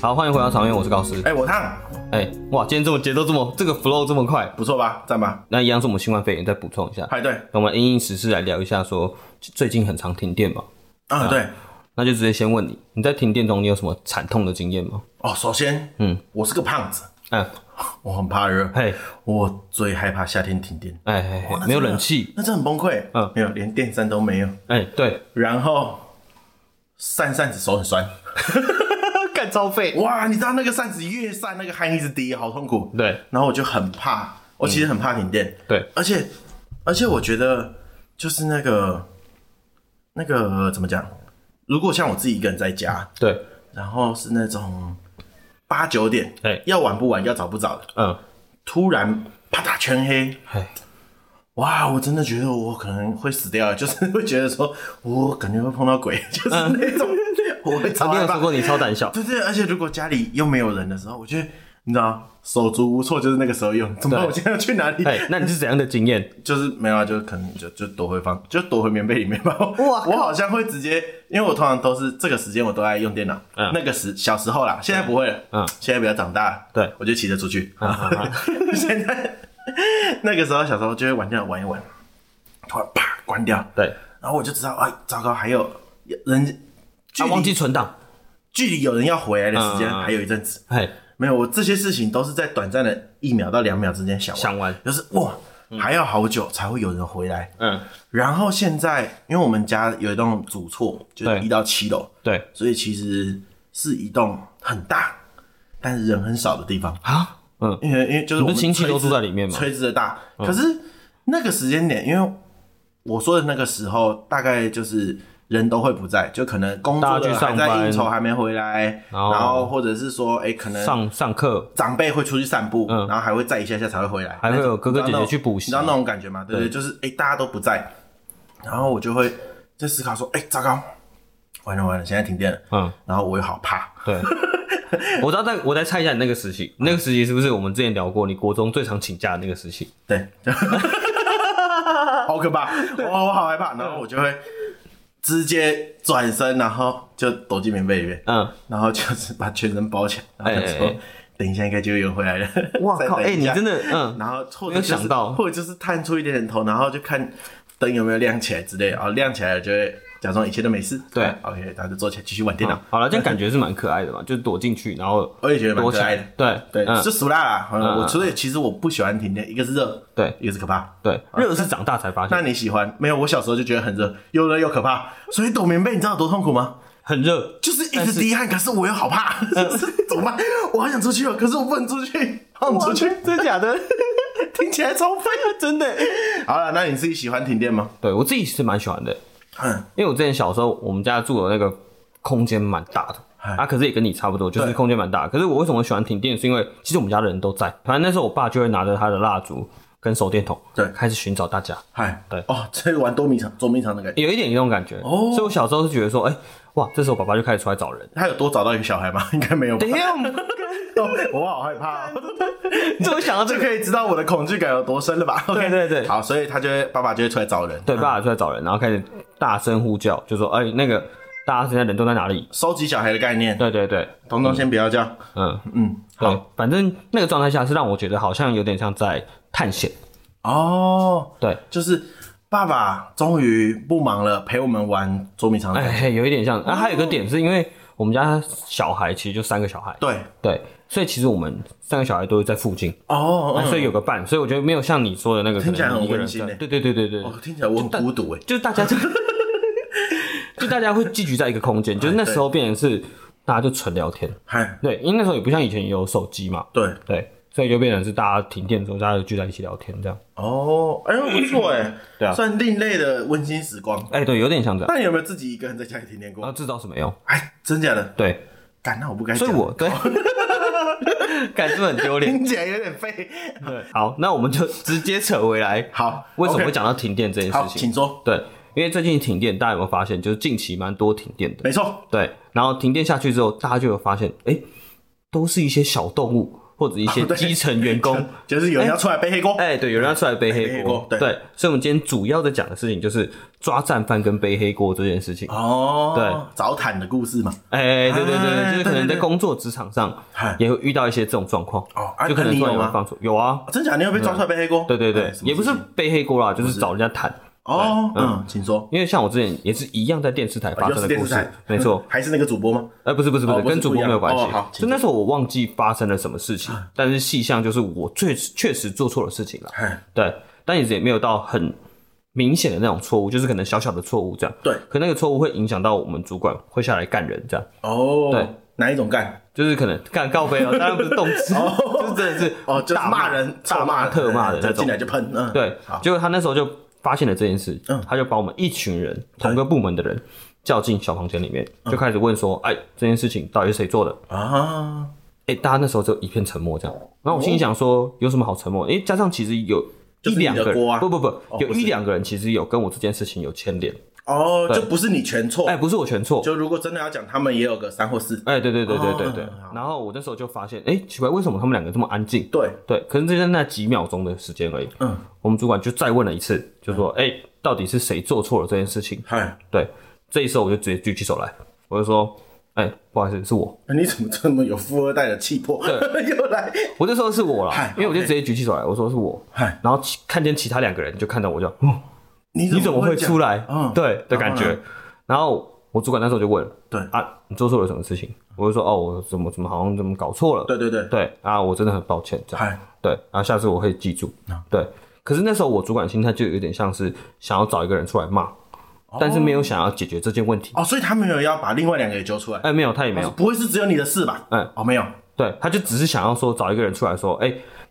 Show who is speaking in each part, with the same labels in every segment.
Speaker 1: 好，欢迎回到场面，我是高斯。
Speaker 2: 哎、我烫，
Speaker 1: 哎、哇，今天这么节奏这么这个 flow 这么快，
Speaker 2: 不错吧？赞吧？
Speaker 1: 那一样是我们新冠肺炎再补充一下。
Speaker 2: 哎，对，
Speaker 1: 那我们因应时事来聊一下说最近很常停电嘛，
Speaker 2: 啊，对，
Speaker 1: 那就直接先问你，你在停电中你有什么惨痛的经验吗？
Speaker 2: 哦，首先，嗯，我是个胖子，
Speaker 1: 嗯，
Speaker 2: 我很怕热，
Speaker 1: 嘿，
Speaker 2: 我最害怕夏天停电，
Speaker 1: 哎哎
Speaker 2: 哇
Speaker 1: 哎，没有冷气，，
Speaker 2: 那真的那真的很崩溃，
Speaker 1: 嗯
Speaker 2: 嗯，没有，连电扇都没有，
Speaker 1: 哎、对，
Speaker 2: 然后扇扇子手很酸，啊
Speaker 1: 干超费，
Speaker 2: 哇，你知道那个扇子越扇那个汗一直滴，好痛苦，
Speaker 1: 对嗯
Speaker 2: 然后我就很怕，我其实很怕停电，
Speaker 1: 对，
Speaker 2: 而且而且我觉得就是那个那个怎么讲？如果像我自己一个人在家，
Speaker 1: 对，
Speaker 2: 然后是那种八九点，
Speaker 1: 哎
Speaker 2: 要晚不晚，要早不早的，
Speaker 1: 嗯，哎
Speaker 2: 突然啪嗒全黑，
Speaker 1: 嘿，
Speaker 2: 哇！我真的觉得我可能会死掉，就是会觉得说我感觉会碰到鬼， 就是那种、我会
Speaker 1: 嗯
Speaker 2: 超
Speaker 1: 啊你
Speaker 2: 害
Speaker 1: 有
Speaker 2: 怕
Speaker 1: 说。过你超胆小，
Speaker 2: 对对，而且如果家里又没有人的时候，我觉得你知道手足无措，就是那个时候用。怎么办？
Speaker 1: 对
Speaker 2: 我现在要去哪里？
Speaker 1: 哎、那你是怎样的经验？
Speaker 2: 就是没有啊，就可能就就躲回房，就躲回棉被里 面吧。我
Speaker 1: 哇靠
Speaker 2: 我好像会直接，因为我通常都是这个时间我都在用电脑。
Speaker 1: 嗯
Speaker 2: 那个时小时候啦，现在不会了。
Speaker 1: 嗯
Speaker 2: 现在比较长大了。
Speaker 1: 对嗯
Speaker 2: 我就骑着出去。 现在那个时候小时候就会玩电脑玩一玩，突然啪关掉，
Speaker 1: 对，
Speaker 2: 然后我就知道，哎，糟糕，还有人 距
Speaker 1: 啊，
Speaker 2: 离、
Speaker 1: 忘记存档，
Speaker 2: 距离有人要回来的时间
Speaker 1: 嗯嗯嗯
Speaker 2: 还有一阵子。
Speaker 1: 嘿，
Speaker 2: 没有，我这些事情都是在短暂的一秒到两秒之间想
Speaker 1: 想完
Speaker 2: 就是哇，还要好久才会有人回来。
Speaker 1: 嗯，
Speaker 2: 然后现在，因为我们家有一栋主厝，就是
Speaker 1: 对
Speaker 2: 一到七楼，
Speaker 1: 对，
Speaker 2: 所以其实是一栋很大，但是人很少的地方。
Speaker 1: 啊，嗯，
Speaker 2: 因为因为就是我
Speaker 1: 你不
Speaker 2: 们
Speaker 1: 是亲戚都
Speaker 2: 垂直
Speaker 1: 住在里面吗嗯
Speaker 2: 垂直的大。可是那个时间点，因为我说的那个时候，大概就是人都会不在，就可能工作
Speaker 1: 大家
Speaker 2: 的
Speaker 1: 去
Speaker 2: 还
Speaker 1: 上
Speaker 2: 在
Speaker 1: 班
Speaker 2: 应酬还没回来，
Speaker 1: 然
Speaker 2: 然
Speaker 1: 后
Speaker 2: 后或者是说，哎，可能
Speaker 1: 上上课，
Speaker 2: 长辈会出去散步，
Speaker 1: 嗯
Speaker 2: 然后还会载一下下才会回来，
Speaker 1: 还会有
Speaker 2: 那种
Speaker 1: 哥哥姐姐
Speaker 2: 你知道那种
Speaker 1: 去补习
Speaker 2: 你知道那种感觉吗？对不对？就是哎、诶大家都不在，然后我就会在思考说，哎、糟糕，完了完了，现在停电了，
Speaker 1: 嗯，
Speaker 2: 然后我又好怕，
Speaker 1: 对，我知道在，我再猜一下你那个时期，那个时期是不是我们之前聊过，你国中最常请假的那个时期？
Speaker 2: 对，好可怕，我我好害怕，然后我就会直接转身，然后就躲进棉被里面，
Speaker 1: 嗯，
Speaker 2: 然后就是把全身包起来，然后想说。
Speaker 1: 哎哎哎
Speaker 2: 等一下，应该就有人回来了。
Speaker 1: 哇
Speaker 2: 再
Speaker 1: 靠，
Speaker 2: 等
Speaker 1: 哎、
Speaker 2: 一
Speaker 1: 你
Speaker 2: 下
Speaker 1: 真的，嗯，
Speaker 2: 然后或
Speaker 1: 没
Speaker 2: 者、就
Speaker 1: 有
Speaker 2: 是、
Speaker 1: 想到
Speaker 2: 或者就是探出一点点头，然后就看灯有没有亮起来之类的，然后亮起来了就会假装一切都没事。
Speaker 1: 对
Speaker 2: 啊，OK，然后就坐起来继续玩电脑。
Speaker 1: 好了，这样感觉是蛮可爱的嘛，就躲进去，然后
Speaker 2: 嗯我也觉得蛮
Speaker 1: 躲
Speaker 2: 可
Speaker 1: 起来
Speaker 2: 爱的，。
Speaker 1: 对
Speaker 2: 对，
Speaker 1: 嗯
Speaker 2: 就熟啦啦。好像
Speaker 1: 嗯
Speaker 2: 我所以其实我不喜欢停电，一个是热，
Speaker 1: 对
Speaker 2: 一个是可怕。
Speaker 1: 对，热是长大才发现
Speaker 2: 啊那你喜欢？没有，我小时候就觉得很热，又热又可怕，所以躲棉被你知道有多痛苦吗？
Speaker 1: 很热，
Speaker 2: 就是一直滴汗，可是我又好怕，
Speaker 1: 嗯
Speaker 2: 就是怎么办？我好想出去哦，可是我不能出去，好想出去，
Speaker 1: 真假的？
Speaker 2: 听起来超废。
Speaker 1: 真的？
Speaker 2: 好了，那你自己喜欢停电吗？
Speaker 1: 对我自己是蛮喜欢的，
Speaker 2: 嗯，
Speaker 1: 因为我之前小时候我们家住的那个空间蛮大的。啊，可是也跟你差不多，就是
Speaker 2: 对
Speaker 1: 空间蛮大的。可是我为什么喜欢停电，是因为其实我们家的人都在。反正那时候我爸就会拿着他的蜡烛跟手电筒，
Speaker 2: 对
Speaker 1: 开始寻找大家。
Speaker 2: 嗨，
Speaker 1: 对
Speaker 2: 哦，所以玩捉迷藏、捉迷藏的感觉。
Speaker 1: 有一点那种感觉。
Speaker 2: 哦
Speaker 1: 所以我小时候是觉得说，哎、哇，这时候爸爸就开始出来找人。
Speaker 2: 他有多找到一个小孩吗？ 应该没有吧。哦
Speaker 1: Damn，
Speaker 2: 我好 害怕、哦，
Speaker 1: 你怎么想到这
Speaker 2: 就
Speaker 1: 个？
Speaker 2: 可以知道我的恐惧感有多深了吧？OK，
Speaker 1: 对对对
Speaker 2: 好，所以他就会爸爸就会出来找人，
Speaker 1: 对，爸爸出来找人，然后开始大声呼叫，就说，哎、那个大家现在人都在哪里？
Speaker 2: 收集小孩的概念。
Speaker 1: 对对对，
Speaker 2: 彤彤先不要叫，
Speaker 1: 嗯，
Speaker 2: 嗯，
Speaker 1: 好，反正那个状态下是让我觉得好像有点像在探险。
Speaker 2: 哦，
Speaker 1: 对，
Speaker 2: 就是爸爸终于不忙了，陪我们玩捉迷藏的感
Speaker 1: 哎、
Speaker 2: 觉。
Speaker 1: 嘿有一点像。然后还有一个点是因为我们家小孩其实就三个小孩，
Speaker 2: 对，
Speaker 1: 对，所以其实我们三个小孩都是在附近，啊
Speaker 2: 哦，嗯
Speaker 1: 所以有个伴，所以我觉得没有像你说的那个可
Speaker 2: 听起来
Speaker 1: 能
Speaker 2: 很
Speaker 1: 一个人
Speaker 2: 温馨
Speaker 1: 在
Speaker 2: 欸
Speaker 1: 对对对对对，
Speaker 2: 哦听起来我很孤独哎。
Speaker 1: 就是大家 就就大家会聚集在一个空间，就是那时候变成是大家就纯聊天，
Speaker 2: 嗨，
Speaker 1: 对，因为那时候也不像以前有手机嘛，
Speaker 2: 对，
Speaker 1: 对，所以就变成是大家停电之后，大家就聚在一起聊天这样。
Speaker 2: 哦，哎，不错哎，
Speaker 1: 对啊
Speaker 2: 算另类的温馨时光。
Speaker 1: 哎、对，有点像这样。
Speaker 2: 那你有没有自己一个人在家里停电
Speaker 1: 然
Speaker 2: 过？
Speaker 1: 后制造什么用？
Speaker 2: 哎，真假的？
Speaker 1: 对，
Speaker 2: 干，那我不该讲。
Speaker 1: 所以我对， 感觉很丢脸。
Speaker 2: 听起来有 点废。
Speaker 1: 对，好，那我们就直接扯回来，
Speaker 2: 好，
Speaker 1: 为什么
Speaker 2: OK
Speaker 1: 会讲到停电这件
Speaker 2: 好，
Speaker 1: 事情？
Speaker 2: 请说。
Speaker 1: 对，因为最近停电，大家有没有发现，就是近期蛮多停电的。
Speaker 2: 没错，
Speaker 1: 对，然后停电下去之后，大家就有发现，哎、都是一些小动物，或者一些
Speaker 2: 哦对
Speaker 1: 基层员 工。
Speaker 2: 就是有人要出来背黑锅。
Speaker 1: 哎、对，有人要出来背黑
Speaker 2: 黑
Speaker 1: 锅
Speaker 2: 锅，对
Speaker 1: 所以我们今天主要在讲的事情就是抓战犯跟背黑锅这件事情。
Speaker 2: 哦，
Speaker 1: 对，
Speaker 2: 早坦的故事嘛。
Speaker 1: 哎、对对对，
Speaker 2: 哎
Speaker 1: 就是可能
Speaker 2: 对
Speaker 1: 在
Speaker 2: 对对
Speaker 1: 工作职场上
Speaker 2: 嗨
Speaker 1: 也会遇到一些这种状况，
Speaker 2: 哦啊
Speaker 1: 就可
Speaker 2: 啊
Speaker 1: 能
Speaker 2: 你
Speaker 1: 突然
Speaker 2: 有吗
Speaker 1: 人放错，有啊，
Speaker 2: 真假？你有被抓出来背黑锅？
Speaker 1: 对对对
Speaker 2: 哎，什么
Speaker 1: 也不是
Speaker 2: 事情
Speaker 1: 背黑锅啦，就是找人家谈。
Speaker 2: 哦，嗯，请说。
Speaker 1: 因为像我之前也是一样在电视台发
Speaker 2: 哦又
Speaker 1: 生的
Speaker 2: 是电
Speaker 1: 故
Speaker 2: 视
Speaker 1: 事
Speaker 2: 台，
Speaker 1: 没错，
Speaker 2: 还是那个主播吗？
Speaker 1: 哎，不是不是不是，
Speaker 2: 哦不是
Speaker 1: 跟主播没有关系
Speaker 2: 不一样哦好。
Speaker 1: 就
Speaker 2: 请啊
Speaker 1: 那时候我忘记发生了什么事情，但是细项就是我确实确实做错了事情了。
Speaker 2: 嗨，
Speaker 1: 对，但也也没有到很明显的那种错误，就是可能小小的错误这样。
Speaker 2: 对
Speaker 1: 可那个错误会影响到我们主管会下来干人这样。
Speaker 2: 哦，
Speaker 1: 对，
Speaker 2: 哪一种干？
Speaker 1: 就是可能干告飞哦，当然不是动 词，就是真的是
Speaker 2: 哦，就是
Speaker 1: 大
Speaker 2: 骂人、
Speaker 1: 大
Speaker 2: 臭
Speaker 1: 骂特骂的
Speaker 2: 哎
Speaker 1: 那
Speaker 2: 进
Speaker 1: 种。
Speaker 2: 来就喷，嗯，
Speaker 1: 对，结果他那时候就发现了这件事，
Speaker 2: 嗯
Speaker 1: 他就把我们一群人同个部门的人叫进小房间里面，
Speaker 2: 嗯
Speaker 1: 就开始问说：“哎，这件事情到底是谁做的？”
Speaker 2: 啊，
Speaker 1: 哎、大家那时候就一片沉默，这样。
Speaker 2: 哦
Speaker 1: 然后我心里想说，有什么好沉默？因为加上其实有
Speaker 2: 就
Speaker 1: 一
Speaker 2: 是你的
Speaker 1: 两个人，
Speaker 2: 锅啊
Speaker 1: 不不不，有
Speaker 2: 不是
Speaker 1: 一两个人其实有跟我这件事情有牵连。
Speaker 2: 哦，就不是你全错
Speaker 1: 哎、，不是我全错。
Speaker 2: 就如果真的要讲，他们也有个三或四，
Speaker 1: 哎、对对对对对对。
Speaker 2: 哦
Speaker 1: 然后我那时候就发现，哎、奇怪，为什么他们两个这么安静？
Speaker 2: 对，
Speaker 1: 对，可是就在那几秒钟的时间而已。
Speaker 2: 嗯，
Speaker 1: 我们主管就再问了一次，就说：“哎、到底是谁做错了这件事情
Speaker 2: 嗨，？”
Speaker 1: 对，这一时候我就直接举起手来，我就说：“哎、不好意思，是我。
Speaker 2: 你怎么这么有富二代的气魄？ 又来，
Speaker 1: 我那时候是我
Speaker 2: 嗨
Speaker 1: 啦，因为我就直接举起手来，我说是我。
Speaker 2: 嗨，
Speaker 1: 然后其看见其他两个人就看到我就， 嗯
Speaker 2: 你
Speaker 1: 你怎么会
Speaker 2: 讲
Speaker 1: 出？来？
Speaker 2: 嗯
Speaker 1: 对的
Speaker 2: 然后
Speaker 1: 感
Speaker 2: 呢
Speaker 1: 觉。然后我主管那时候就问，
Speaker 2: 对
Speaker 1: 啊，你做错了什么事情？我就说，哦，我怎么怎么好像怎么搞错了？
Speaker 2: 对对对，
Speaker 1: 对啊，我真的很抱歉，这样
Speaker 2: 嗨，
Speaker 1: 对。然后下次我会记住。
Speaker 2: 啊
Speaker 1: 对，可是那时候我主管心态就有点像是想要找一个人出来骂，但是没有想要解决这件问题。
Speaker 2: 哦，所以他没有要把另外两个也揪出来，
Speaker 1: 哎，没有，他也没有，
Speaker 2: 不会是只有你的事吧？
Speaker 1: 嗯，
Speaker 2: 哦，没有，
Speaker 1: 对，他就只是想要说找一个人出来说，哎，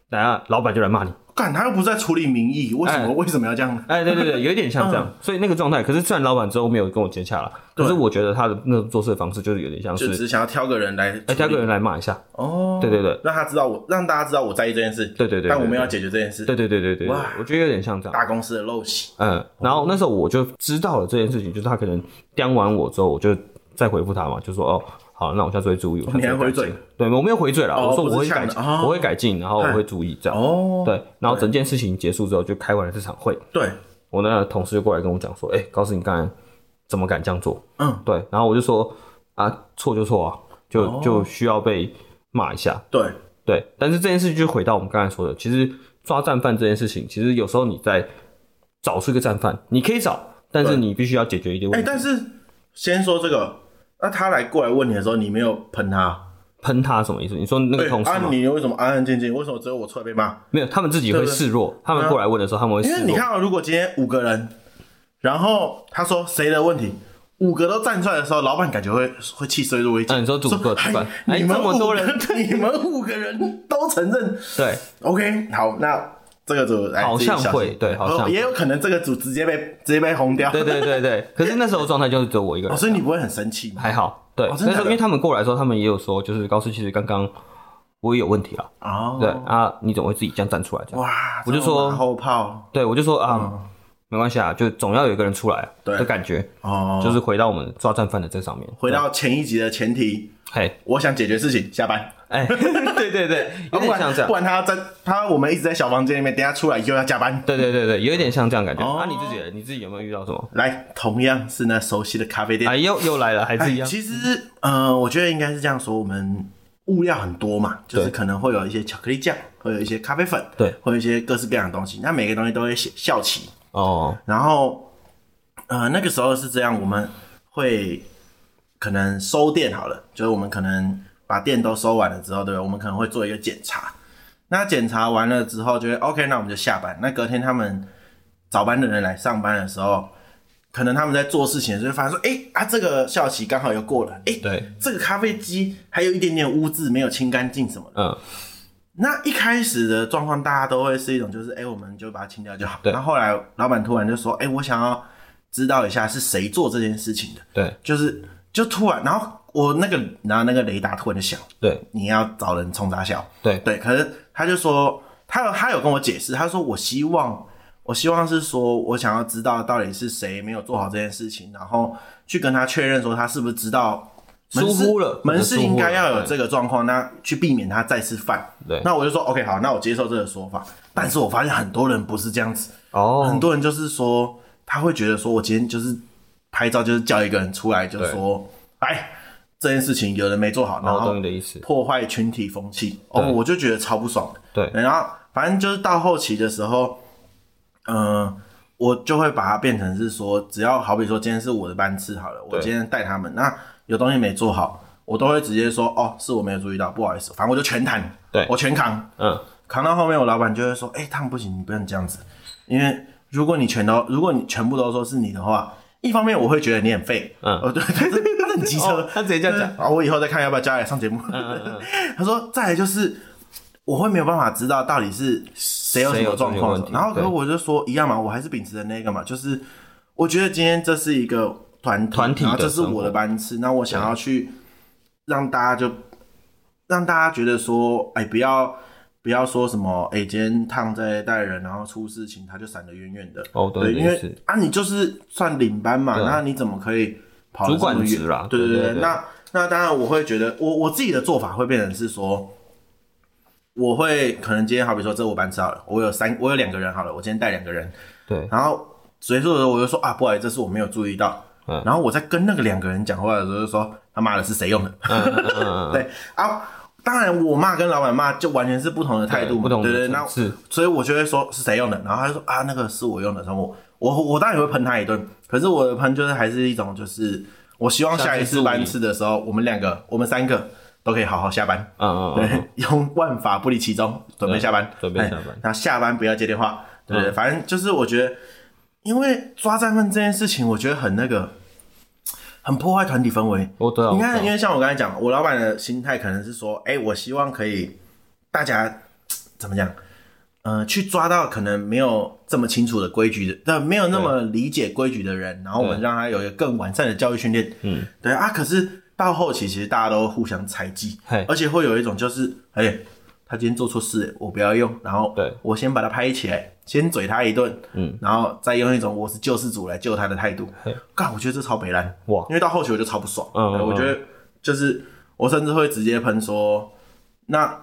Speaker 1: 等下老板就来骂你。
Speaker 2: 干，他又不是在处理民意，为什么为什么要这样？
Speaker 1: 哎，对对对，有一点像这
Speaker 2: 嗯
Speaker 1: 样，所以那个状态。可是虽然老板之后没有跟我接洽了，可是我觉得他的那种做事的方式就是有点像
Speaker 2: 就是只，是想要挑个人来
Speaker 1: 哎，挑个人来骂一下。
Speaker 2: 哦，
Speaker 1: 对对对，
Speaker 2: 让他知道我，让大家知道我在意这件事。
Speaker 1: 对对对
Speaker 2: 但我
Speaker 1: 对
Speaker 2: 们
Speaker 1: 对
Speaker 2: 要解决这件事。
Speaker 1: 对对对对对，对我觉得有点像这样。
Speaker 2: 大公司的陋习。
Speaker 1: 嗯，然后那时候我就知道了这件事情，就是他可能刁完我之后，我就再回复他嘛，就说哦，好，那我下次会注意。我下次
Speaker 2: 哦你还
Speaker 1: 会改
Speaker 2: 回
Speaker 1: 进
Speaker 2: 嘴？
Speaker 1: 对，我没有回嘴了，
Speaker 2: 哦
Speaker 1: 我说我
Speaker 2: 不
Speaker 1: 会
Speaker 2: 是呛
Speaker 1: 改
Speaker 2: 的
Speaker 1: 进，
Speaker 2: 哦
Speaker 1: 我会改进，然后我会注意这样。
Speaker 2: 哦，
Speaker 1: 对，然后整件事情结束之后，就开完了这场会，
Speaker 2: 对，
Speaker 1: 我那个同事就过来跟我讲说，哎，告诉你刚才怎么敢这样做？
Speaker 2: 嗯，
Speaker 1: 对，然后我就说啊，错就错啊，就
Speaker 2: 哦
Speaker 1: 就需要被骂一下。
Speaker 2: 对，
Speaker 1: 对，但是这件事情就回到我们刚才说的，其实抓战犯这件事情，其实有时候你在找出一个战犯，你可以找，但是你必须要解决一点
Speaker 2: 哎、
Speaker 1: 问题。
Speaker 2: 但是先说这个，那他来过来问你的时候，你没有喷他，
Speaker 1: 喷他什么意思？你说那个
Speaker 2: 对
Speaker 1: 同事
Speaker 2: 啊
Speaker 1: 吗？，
Speaker 2: 你为什么安安静静？为什么只有我出来被骂？
Speaker 1: 没有，他们自己会示弱，他们过来问的时候，他们会
Speaker 2: 啊因为
Speaker 1: 示
Speaker 2: 你
Speaker 1: 弱。
Speaker 2: 看、啊，如果今天五个人，然后他说谁的问题，五个都站出来的时候，老板感觉会会气衰弱一点。
Speaker 1: 嗯你说主管主管哎
Speaker 2: 你们
Speaker 1: 这么多
Speaker 2: 五个
Speaker 1: 人，
Speaker 2: 你们五个人都承认
Speaker 1: 对，
Speaker 2: OK，好，那这个组哎
Speaker 1: 好像
Speaker 2: 自己小心哦
Speaker 1: 会对好像会
Speaker 2: 也有可能这个组直接被直接被轰掉。
Speaker 1: 对对对对。可是那时候状态就是只有我一个
Speaker 2: 哦，
Speaker 1: 人，
Speaker 2: 所以你不会很生气吗？
Speaker 1: 还好。对，
Speaker 2: 哦
Speaker 1: 那
Speaker 2: 真的
Speaker 1: 时
Speaker 2: 假
Speaker 1: 候
Speaker 2: 的
Speaker 1: 因为他们过来的时候，他们也有说，就是高斯其实刚刚我也有问题了。
Speaker 2: 哦，
Speaker 1: 对啊，你怎么会自己这样站出来？这样，
Speaker 2: 哇，
Speaker 1: 我就
Speaker 2: 这种
Speaker 1: 说
Speaker 2: 马后炮
Speaker 1: 对我就说啊，没关系啊，就总要有一个人出来
Speaker 2: 对
Speaker 1: 的感觉，
Speaker 2: 哦，
Speaker 1: 就是回到我们抓战犯的这上面。
Speaker 2: 回到前一集的前提，
Speaker 1: 嘿，
Speaker 2: 我想解决事情，下班。
Speaker 1: 哎， 对对 对，有
Speaker 2: 啊不
Speaker 1: 点
Speaker 2: 然
Speaker 1: 哎像这
Speaker 2: 不
Speaker 1: 样。
Speaker 2: 然他在他我们一直在小房间里面，等一下出来又要加班。
Speaker 1: 对对对对，有一点像这样感觉。
Speaker 2: 哦
Speaker 1: 啊，你自己嘞你自己有没有遇到什么？
Speaker 2: 来，同样是那熟悉的咖啡店
Speaker 1: 哎，，又又来了，还是一样。
Speaker 2: 其实，呃，我觉得应该是这样说，我们物料很多嘛，就是可能会有一些巧克力酱，会有一些咖啡粉，
Speaker 1: 对
Speaker 2: 会有一些各式各样的东西。那每个东西都会写校旗，
Speaker 1: 哦，
Speaker 2: 然后，呃，那个时候是这样，我们会可能收店好了，就是我们可能把店都收完了之后，对吧？我们可能会做一个检查。那检查完了之后，就会 OK，那我们就下班。那隔天他们早班的人来上班的时候，可能他们在做事情的时候，就发现说，哎、啊，这个校旗刚好又过了，哎、
Speaker 1: 对，
Speaker 2: 这个咖啡机还有一点点污渍没有清干净什么的。
Speaker 1: 嗯，
Speaker 2: 那一开始的状况，大家都会是一种就是，哎、我们就把它清掉就好。
Speaker 1: 对
Speaker 2: 然后后来老板突然就说，哎、我想要知道一下是谁做这件事情的，
Speaker 1: 对
Speaker 2: 就是就突然，然后我那个然后那个雷达突然就响，
Speaker 1: 对
Speaker 2: 你要找人冲他笑。
Speaker 1: 对
Speaker 2: 对，可是他就说，他有他有跟我解释，他说我希望，我希望是说我想要知道到底是谁没有做好这件事情，然后去跟他确认说他是不是知道
Speaker 1: 疏忽了，
Speaker 2: 门
Speaker 1: 可能
Speaker 2: 市
Speaker 1: 疏忽
Speaker 2: 应该
Speaker 1: 了
Speaker 2: 要有
Speaker 1: 对
Speaker 2: 这个状况，那去避免他再次犯。
Speaker 1: 对
Speaker 2: 那我就说 OK 好，那我接受这个说法。但是我发现很多人不是这样子，很
Speaker 1: 哦，
Speaker 2: 多人就是说他会觉得说我今天就是拍照，就是叫一个人出来，就说来这件事情有人没做好，然
Speaker 1: 我
Speaker 2: 后
Speaker 1: 哦懂你的意思。
Speaker 2: 破坏群体风气，哦，我就觉得超不爽的。
Speaker 1: 对
Speaker 2: 然后反正就是到后期的时候，嗯、我就会把它变成是说，只要好比说今天是我的班次好了，我
Speaker 1: 对
Speaker 2: 今天带他们，那有东西没做好，我都会直接说，哦，是我没有注意到，不好意思，反正我就全谈，
Speaker 1: 对
Speaker 2: 我全扛，
Speaker 1: 嗯，
Speaker 2: 扛到后面，我老板就会说，哎、他们不行，你不能这样子，因为如果你全都，如果你全部都说是你的话。一方面我会觉得你很废，
Speaker 1: 嗯
Speaker 2: 哦对，他是他是很机车
Speaker 1: 哦，他直接这样讲
Speaker 2: 啊，我以后再看要不要加来上节目。他说，再来就是我会没有办法知道到底是谁有什么状
Speaker 1: 谁有
Speaker 2: 况
Speaker 1: 问题，
Speaker 2: 然后可是
Speaker 1: 对
Speaker 2: 我就说一样嘛，我还是秉持的那个嘛，就是我觉得今天这是一个团体，
Speaker 1: 团体的
Speaker 2: 然后这是我的班次，那我想要去让大家就让大家觉得说，哎，不要。不要说什么，哎、今天烫在带人，然后出事情他就闪得远远的。
Speaker 1: 哦懂
Speaker 2: 对，
Speaker 1: 你的
Speaker 2: 因
Speaker 1: 意思
Speaker 2: 为啊，你就是算领班嘛，
Speaker 1: 对
Speaker 2: 那你怎么可以跑得
Speaker 1: 主管
Speaker 2: 这么远
Speaker 1: 职啦
Speaker 2: 对
Speaker 1: 对
Speaker 2: 对
Speaker 1: 对对
Speaker 2: 那那当然，我会觉得我我自己的做法会变成是说，我会可能今天好比说这我班次好了，我有三我有两个人好了，我今天带两个人，
Speaker 1: 对，
Speaker 2: 然后结束的时候我就说啊，不好意思，这是我没有注意到。
Speaker 1: 嗯
Speaker 2: 然后我在跟那个两个人讲话的时候，就说他妈的是谁用的？
Speaker 1: 嗯，
Speaker 2: 对啊，当然我骂跟老板骂就完全是不同的态度嘛，
Speaker 1: 不同
Speaker 2: 对
Speaker 1: 的
Speaker 2: 对。那
Speaker 1: 层次
Speaker 2: 所以我就会说是谁用的，然后他就说啊那个是我用的，然后我我我当然也会喷他一顿，可是我的喷就是还是一种就是我希望下一次班次的时候，我们两个我们三个都可以好好下班，
Speaker 1: 嗯嗯嗯，
Speaker 2: 对， 用万法不离其宗，准备下班，
Speaker 1: 准备下班嗯
Speaker 2: 哎然后下班不要接电话，对不对？反正就是我觉得，因为抓战犯这件事情，我觉得很那个，很破坏团体氛围。
Speaker 1: 我懂啊
Speaker 2: 你
Speaker 1: 我
Speaker 2: 看，
Speaker 1: 懂
Speaker 2: 因为像我刚才讲，我老板的心态可能是说，哎，我希望可以大家怎么讲？呃，去抓到可能没有这么清楚的规矩的，但没有那么理解规矩的人，然后我们让他有一个更完善的教育训练。嗯，对啊。可是到后期，其实大家都互相猜忌
Speaker 1: 嘿，
Speaker 2: 而且会有一种就是，哎、他今天做错事了，我不要用，然后
Speaker 1: 对
Speaker 2: 我先把他拍起来，先嘴他一顿，嗯，然后再用一种我是救世主来救他的态度。干，我觉得这超北蓝
Speaker 1: 哇
Speaker 2: 因为到后期我就超不爽，
Speaker 1: 嗯
Speaker 2: 对
Speaker 1: 嗯
Speaker 2: 我觉得就是我甚至会直接喷说，那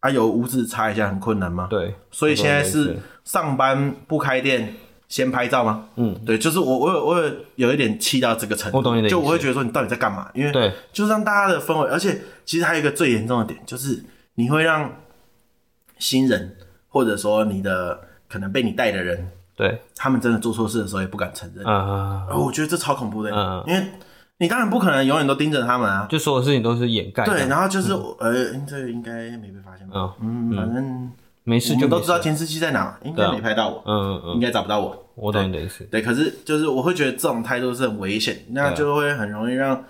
Speaker 2: 啊有五指擦一下很困难吗？
Speaker 1: 对，
Speaker 2: 所以现在
Speaker 1: 我懂你的
Speaker 2: 是
Speaker 1: 意思
Speaker 2: 上班不开店先拍照吗？嗯，对，就是我我有我有有一点气到这个程度，
Speaker 1: 我懂你的意思
Speaker 2: 就我会觉得说你到底在干嘛？因为
Speaker 1: 对
Speaker 2: 就是让大家的氛围，而且其实还有一个最严重的点，就是你会让新人或者说你的可能被你带的人，
Speaker 1: 对，
Speaker 2: 他们真的做错事的时候也不敢承认。
Speaker 1: 啊，
Speaker 2: 哦我觉得这超恐怖的，
Speaker 1: 嗯
Speaker 2: 因为你当然不可能永远都盯着他们啊。
Speaker 1: 就所有事情都是掩盖的，
Speaker 2: 对，然后就是、
Speaker 1: 嗯
Speaker 2: 呃，这个应该没被发现吧？嗯，反正
Speaker 1: 没事
Speaker 2: 我
Speaker 1: 就
Speaker 2: 们
Speaker 1: 没
Speaker 2: 都知道
Speaker 1: 事，
Speaker 2: 监视器在哪，应该没拍到我。
Speaker 1: 嗯嗯嗯，
Speaker 2: 应该找不到我。
Speaker 1: 我懂你的意思，
Speaker 2: 对，可是就是我会觉得这种态度是很危险，那就会很容易让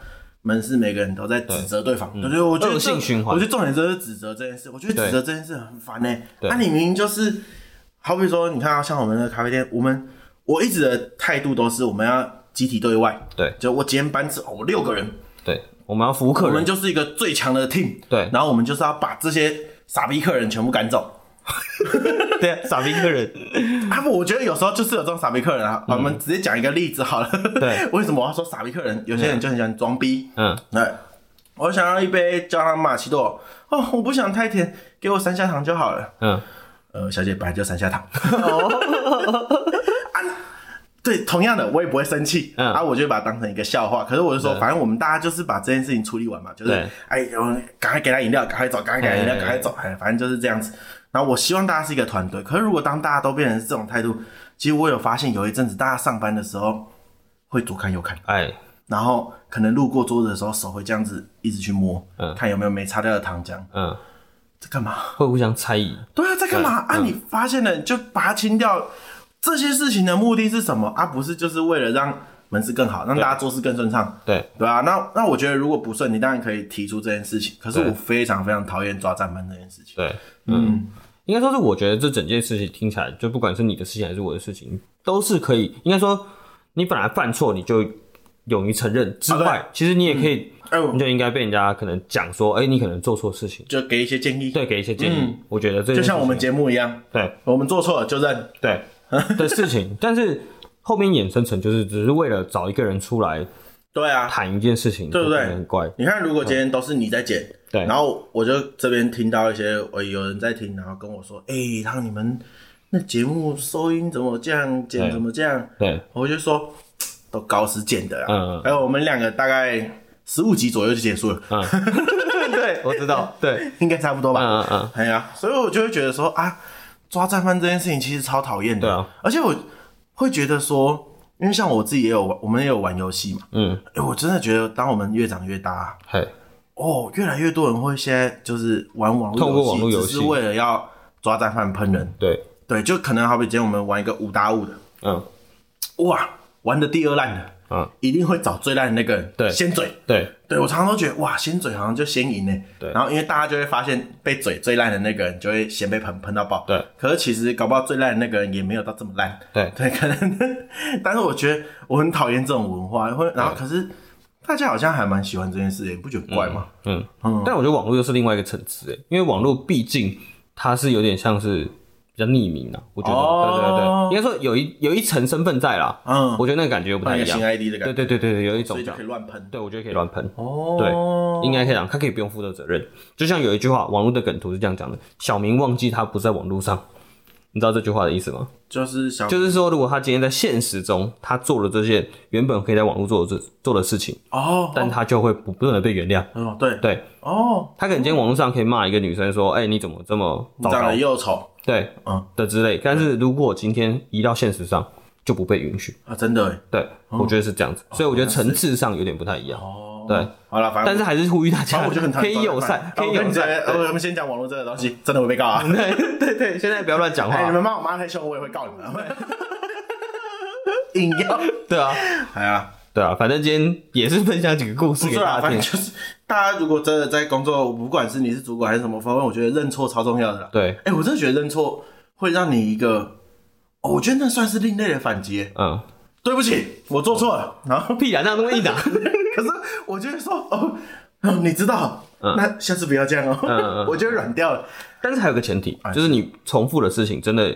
Speaker 2: 门市每个人都在指责对方。我觉得，我觉得
Speaker 1: 恶性
Speaker 2: 这
Speaker 1: 循环
Speaker 2: 我觉得重点就是指责这件事，我觉得指责这件事很烦呢、那、
Speaker 1: 对
Speaker 2: 你明明就是，好比说，你看啊，像我们的咖啡店，我们我一直的态度都是我们要集体对外。
Speaker 1: 对
Speaker 2: 就我今天班次哦，我六个人，
Speaker 1: 对，我们要服务客
Speaker 2: 我们
Speaker 1: 人，
Speaker 2: 就是一个最强的 team。
Speaker 1: 对
Speaker 2: 然后我们就是要把这些傻逼客人全部赶走。
Speaker 1: 对啊，傻逼客 人，
Speaker 2: 啊，不我觉得有时候就是有这种傻逼客人啊。我们直接讲一个例子好了。
Speaker 1: 嗯对，
Speaker 2: 为什么我要说傻逼客人？有些人就很喜欢装逼。
Speaker 1: 嗯，
Speaker 2: 对，我想要一杯焦糖玛奇朵。哦，我不想太甜，给我三下糖就好了。
Speaker 1: 嗯，
Speaker 2: 呃，小姐本来就三下糖。
Speaker 1: 哦
Speaker 2: 啊对，同样的，我也不会生气，
Speaker 1: 嗯
Speaker 2: 啊，我就会把它当成一个笑话。可是我就说，反正我们大家就是把这件事情处理完嘛，就是
Speaker 1: 对
Speaker 2: 哎，我们赶快给他饮料，赶快走，赶快给他饮料，
Speaker 1: 嘿嘿嘿
Speaker 2: 赶快走，哎，反正就是这样子。然后我希望大家是一个团队，可是如果当大家都变成是这种态度，其实我有发现有一阵子大家上班的时候会左看右看，
Speaker 1: 哎，
Speaker 2: 然后可能路过桌子的时候手会这样子一直去摸，看有没有没擦掉的糖浆，
Speaker 1: 嗯，
Speaker 2: 在干嘛？
Speaker 1: 会互相猜疑，
Speaker 2: 对啊，在干嘛
Speaker 1: 嗯
Speaker 2: 啊？你发现了你就把它清掉。这些事情的目的是什么啊？不是就是为了让门市更好，让大家做事更顺畅，
Speaker 1: 对，
Speaker 2: 对啊，那那我觉得如果不顺，你当然可以提出这件事情。可是我非常非常讨厌抓战班这件事情。
Speaker 1: 对，嗯，应该说是我觉得这整件事情听起来，就不管是你的事情还是我的事情，都是可以。应该说，你本来犯错，你就勇于承认之外，
Speaker 2: 啊
Speaker 1: 其实你也可以，
Speaker 2: 哎，我
Speaker 1: 你就应该被人家可能讲说，哎、你可能做错事情，
Speaker 2: 就给一些建议，
Speaker 1: 对，给一些建议。我觉得这件
Speaker 2: 嗯就像我们
Speaker 1: 事情
Speaker 2: 节目一样，
Speaker 1: 对
Speaker 2: 我们做错了就认。
Speaker 1: 对的事情，但是后面衍生成就是只是为了找一个人出来
Speaker 2: 对啊，
Speaker 1: 谈一件事情，
Speaker 2: 对不
Speaker 1: 就
Speaker 2: 对
Speaker 1: 很怪，
Speaker 2: 你看，如果今天都是你在剪，
Speaker 1: 对
Speaker 2: 然后我就这边听到一些，我有人在听，然后跟我说，哎、他你们那节目收音怎么这样，剪
Speaker 1: 对
Speaker 2: 怎么这样，
Speaker 1: 对，
Speaker 2: 我就说嘖都搞死剪的啦。
Speaker 1: 嗯嗯
Speaker 2: 还有我们两个大概十五集左右就结束了，
Speaker 1: 嗯，对，我知 道，对，
Speaker 2: 应该差不多吧。
Speaker 1: 嗯嗯嗯，
Speaker 2: 哎呀，所以我就会觉得说啊，抓战犯这件事情其实超讨厌的。
Speaker 1: 对啊，
Speaker 2: 而且我会觉得说，因为像我自己也有玩，我们也有玩游戏嘛。
Speaker 1: 嗯，
Speaker 2: 哎、我真的觉得，当我们越长越大、
Speaker 1: 嘿，
Speaker 2: 哦，越来越多人会现在就是玩网
Speaker 1: 透
Speaker 2: 络
Speaker 1: 过
Speaker 2: 游
Speaker 1: 网络
Speaker 2: 戏，
Speaker 1: 游
Speaker 2: 只
Speaker 1: 戏
Speaker 2: 是为了要抓战犯喷人。
Speaker 1: 对，
Speaker 2: 对，就可能好比今天我们玩一个五打五的，
Speaker 1: 嗯
Speaker 2: 哇，玩的第二烂的，
Speaker 1: 嗯，
Speaker 2: 一定会找最烂的那个人，
Speaker 1: 对
Speaker 2: 先嘴。
Speaker 1: 对，
Speaker 2: 对我常常都觉得哇，先嘴好像就先赢呢。
Speaker 1: 对
Speaker 2: 然后因为大家就会发现被嘴最烂的那个人就会先被喷喷到爆。
Speaker 1: 对，
Speaker 2: 可是其实搞不好最烂的那个人也没有到这么烂。
Speaker 1: 对
Speaker 2: 对，可能，但是我觉得我很讨厌这种文化，会然后可是大家好像还蛮喜欢这件事情，你不觉得怪吗？
Speaker 1: 嗯，但我觉得网络又是另外一个层次，诶，因为网络毕竟它是有点像是比较匿名的，我觉得，
Speaker 2: 哦
Speaker 1: 对对对，应该说有一有一层身份在啦，
Speaker 2: 嗯
Speaker 1: 我觉得那个感觉又不
Speaker 2: 那
Speaker 1: 太
Speaker 2: 个
Speaker 1: 一
Speaker 2: 新
Speaker 1: 样，
Speaker 2: ID 的
Speaker 1: 对
Speaker 2: 感觉，
Speaker 1: 对对对对，有一
Speaker 2: 所
Speaker 1: 种
Speaker 2: 以就
Speaker 1: 讲
Speaker 2: 可以，乱喷。
Speaker 1: 对我觉得可以乱喷，
Speaker 2: 哦
Speaker 1: 对应该可以讲，他可以不用负责任。就像有一句话，网络的梗图是这样讲的：小明忘记他不在网络上。你知道这句话的意思吗？
Speaker 2: 就是小
Speaker 1: 就是说，如果他今天在现实中，他做了这件原本可以在网络做的这做的事情，
Speaker 2: 哦，
Speaker 1: 但他就会不不能被原谅。
Speaker 2: 哦对
Speaker 1: 对
Speaker 2: 哦，
Speaker 1: 他可能今天网络上可以骂一个女生说：“哎、你怎么这么糟
Speaker 2: 长
Speaker 1: 糕
Speaker 2: 得又丑？”
Speaker 1: 对，
Speaker 2: 嗯
Speaker 1: 的之类。但是如果今天移到现实上，就不被允许。
Speaker 2: 啊，真的耶
Speaker 1: 对，我觉得是这样子，所以我觉得层次上有点不太一样。
Speaker 2: 哦，
Speaker 1: 对，
Speaker 2: 好了，反正
Speaker 1: 但是还是呼吁大
Speaker 2: 反
Speaker 1: 家
Speaker 2: 正我就很讨
Speaker 1: 可
Speaker 2: 厌
Speaker 1: 以友善
Speaker 2: 啊，
Speaker 1: 可以
Speaker 2: 我跟
Speaker 1: 友
Speaker 2: 你讲
Speaker 1: 善。，
Speaker 2: 呃我们先讲网络这个东西，真的会被告啊！
Speaker 1: 对 对对，现在不要乱讲话
Speaker 2: 哎，你。们骂我妈太凶，我也会告你们。 硬要，
Speaker 1: 对啊，
Speaker 2: 哎呀，
Speaker 1: 对啊，反正今天也是分享几个故事
Speaker 2: 不
Speaker 1: 给
Speaker 2: 是啦，
Speaker 1: 大家
Speaker 2: 反正
Speaker 1: 听。
Speaker 2: 就是 大家如果真的在工作，不管是你是主管还是什么方面，我觉得认错超重要的啦。
Speaker 1: 对，
Speaker 2: 哎，我真的觉得认错会让你一个，哦我觉得那算是另类的反击。
Speaker 1: 嗯，
Speaker 2: 对不起，我做错了，然后
Speaker 1: 屁啊，那那么硬啊。
Speaker 2: 可是我就会说哦，哦你知道，那下次不要这样哦，
Speaker 1: 嗯嗯
Speaker 2: 我就软掉了。
Speaker 1: 但是还有个前
Speaker 2: 哎
Speaker 1: 提，就是你重复的事情真的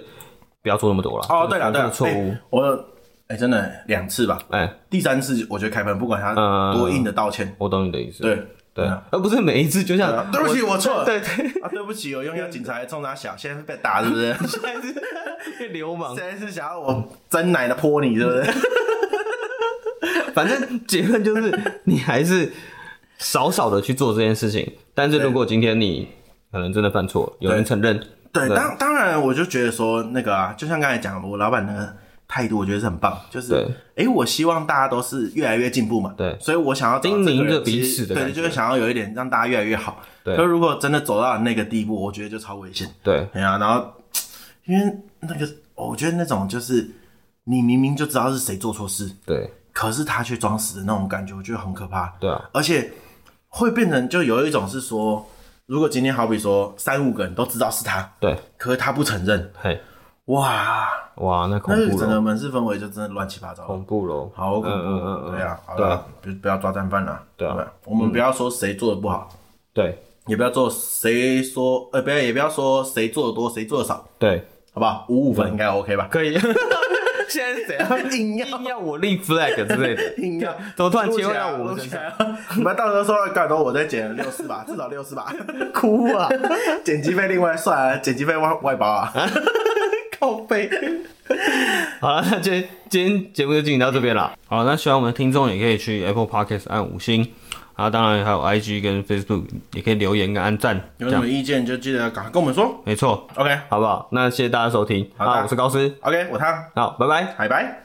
Speaker 1: 不要做那么多了。
Speaker 2: 哦，对了
Speaker 1: 了，
Speaker 2: 对了，
Speaker 1: 错误
Speaker 2: 哎，我哎真的两次吧，
Speaker 1: 哎，
Speaker 2: 第三次我觉得开喷，不管他
Speaker 1: 嗯
Speaker 2: 多硬的道歉，
Speaker 1: 我懂你的意思。
Speaker 2: 对
Speaker 1: 对
Speaker 2: 嗯，
Speaker 1: 而不是每一次就
Speaker 2: 啊
Speaker 1: 像
Speaker 2: 对不起，我错了。
Speaker 1: 对对，
Speaker 2: 啊，对不起，我用要警察来冲他小，现在是被打是 不是？现在是
Speaker 1: 流 氓。
Speaker 2: 现在是想要我真奶的泼你是不是？
Speaker 1: 反正结论就是，你还是少少的去做这件事情。但是如果今天你可能真的犯错，有人承认，
Speaker 2: 对，当当然我就觉得说那个啊，就像刚才讲的，我老板那个态度，我觉得是很棒，就是
Speaker 1: 对
Speaker 2: 哎、诶我希望大家都是越来越进步嘛，
Speaker 1: 对
Speaker 2: 所以我想要找
Speaker 1: 叮咛
Speaker 2: 这个人
Speaker 1: 着彼
Speaker 2: 其实
Speaker 1: 此的感
Speaker 2: 对，
Speaker 1: 觉
Speaker 2: 就是想要有一点让大家越来越好。
Speaker 1: 对
Speaker 2: 可是如果真的走到那个地步，我觉得就超危险。
Speaker 1: 对
Speaker 2: 哎呀、然后因为那个，我觉得那种就是你明明就知道是谁做错事，
Speaker 1: 对
Speaker 2: 可是他却装死的那种感觉，我觉得很可怕。
Speaker 1: 对啊，
Speaker 2: 而且会变成就有一种是说，如果今天好比说三五个人都知道是他，
Speaker 1: 对，
Speaker 2: 可是他不承认，
Speaker 1: 嘿，
Speaker 2: 哇，
Speaker 1: 哇，那恐
Speaker 2: 那
Speaker 1: 怖
Speaker 2: 整
Speaker 1: 了，
Speaker 2: 个门市氛围就真的乱七八糟。
Speaker 1: 恐怖了，
Speaker 2: 好恐怖，
Speaker 1: 嗯嗯嗯，
Speaker 2: 对啊，好
Speaker 1: 对
Speaker 2: 了
Speaker 1: 啊，
Speaker 2: 不不要抓战犯了，
Speaker 1: 对啊
Speaker 2: 吧我们不要说谁做的不好，
Speaker 1: 对
Speaker 2: 也不要做谁说，呃，不要也不要说谁做的多，谁做的少，
Speaker 1: 对，
Speaker 2: 好不好？五五分应该 OK 吧？
Speaker 1: 可以。现在是谁啊？
Speaker 2: 硬要
Speaker 1: 硬要我立 flag 之类的，
Speaker 2: 硬要，
Speaker 1: 怎么突然
Speaker 2: 录起
Speaker 1: 切换
Speaker 2: 来啊
Speaker 1: 到我们
Speaker 2: 录
Speaker 1: 身
Speaker 2: 起
Speaker 1: 上？
Speaker 2: 来啊！你们到时候说干都我再减六四吧，至少六四 吧，
Speaker 1: 哭啊！
Speaker 2: 剪辑费另外算啊，剪辑费外外包啊， 靠背。
Speaker 1: 好了，那今天今天节目就进行到这边了。好，那喜欢我们的听众也可以去 Apple Podcast 按五星，然后当然还有 IG 跟 Facebook 也可以留言跟按赞，
Speaker 2: 有
Speaker 1: 这
Speaker 2: 什
Speaker 1: 样
Speaker 2: 么意见就记得赶快跟我们说。
Speaker 1: 没错，
Speaker 2: OK
Speaker 1: 好不好？那谢谢大家收听，
Speaker 2: 的
Speaker 1: 好，我是高斯，
Speaker 2: OK，我汤，
Speaker 1: 好，拜拜。
Speaker 2: 拜拜。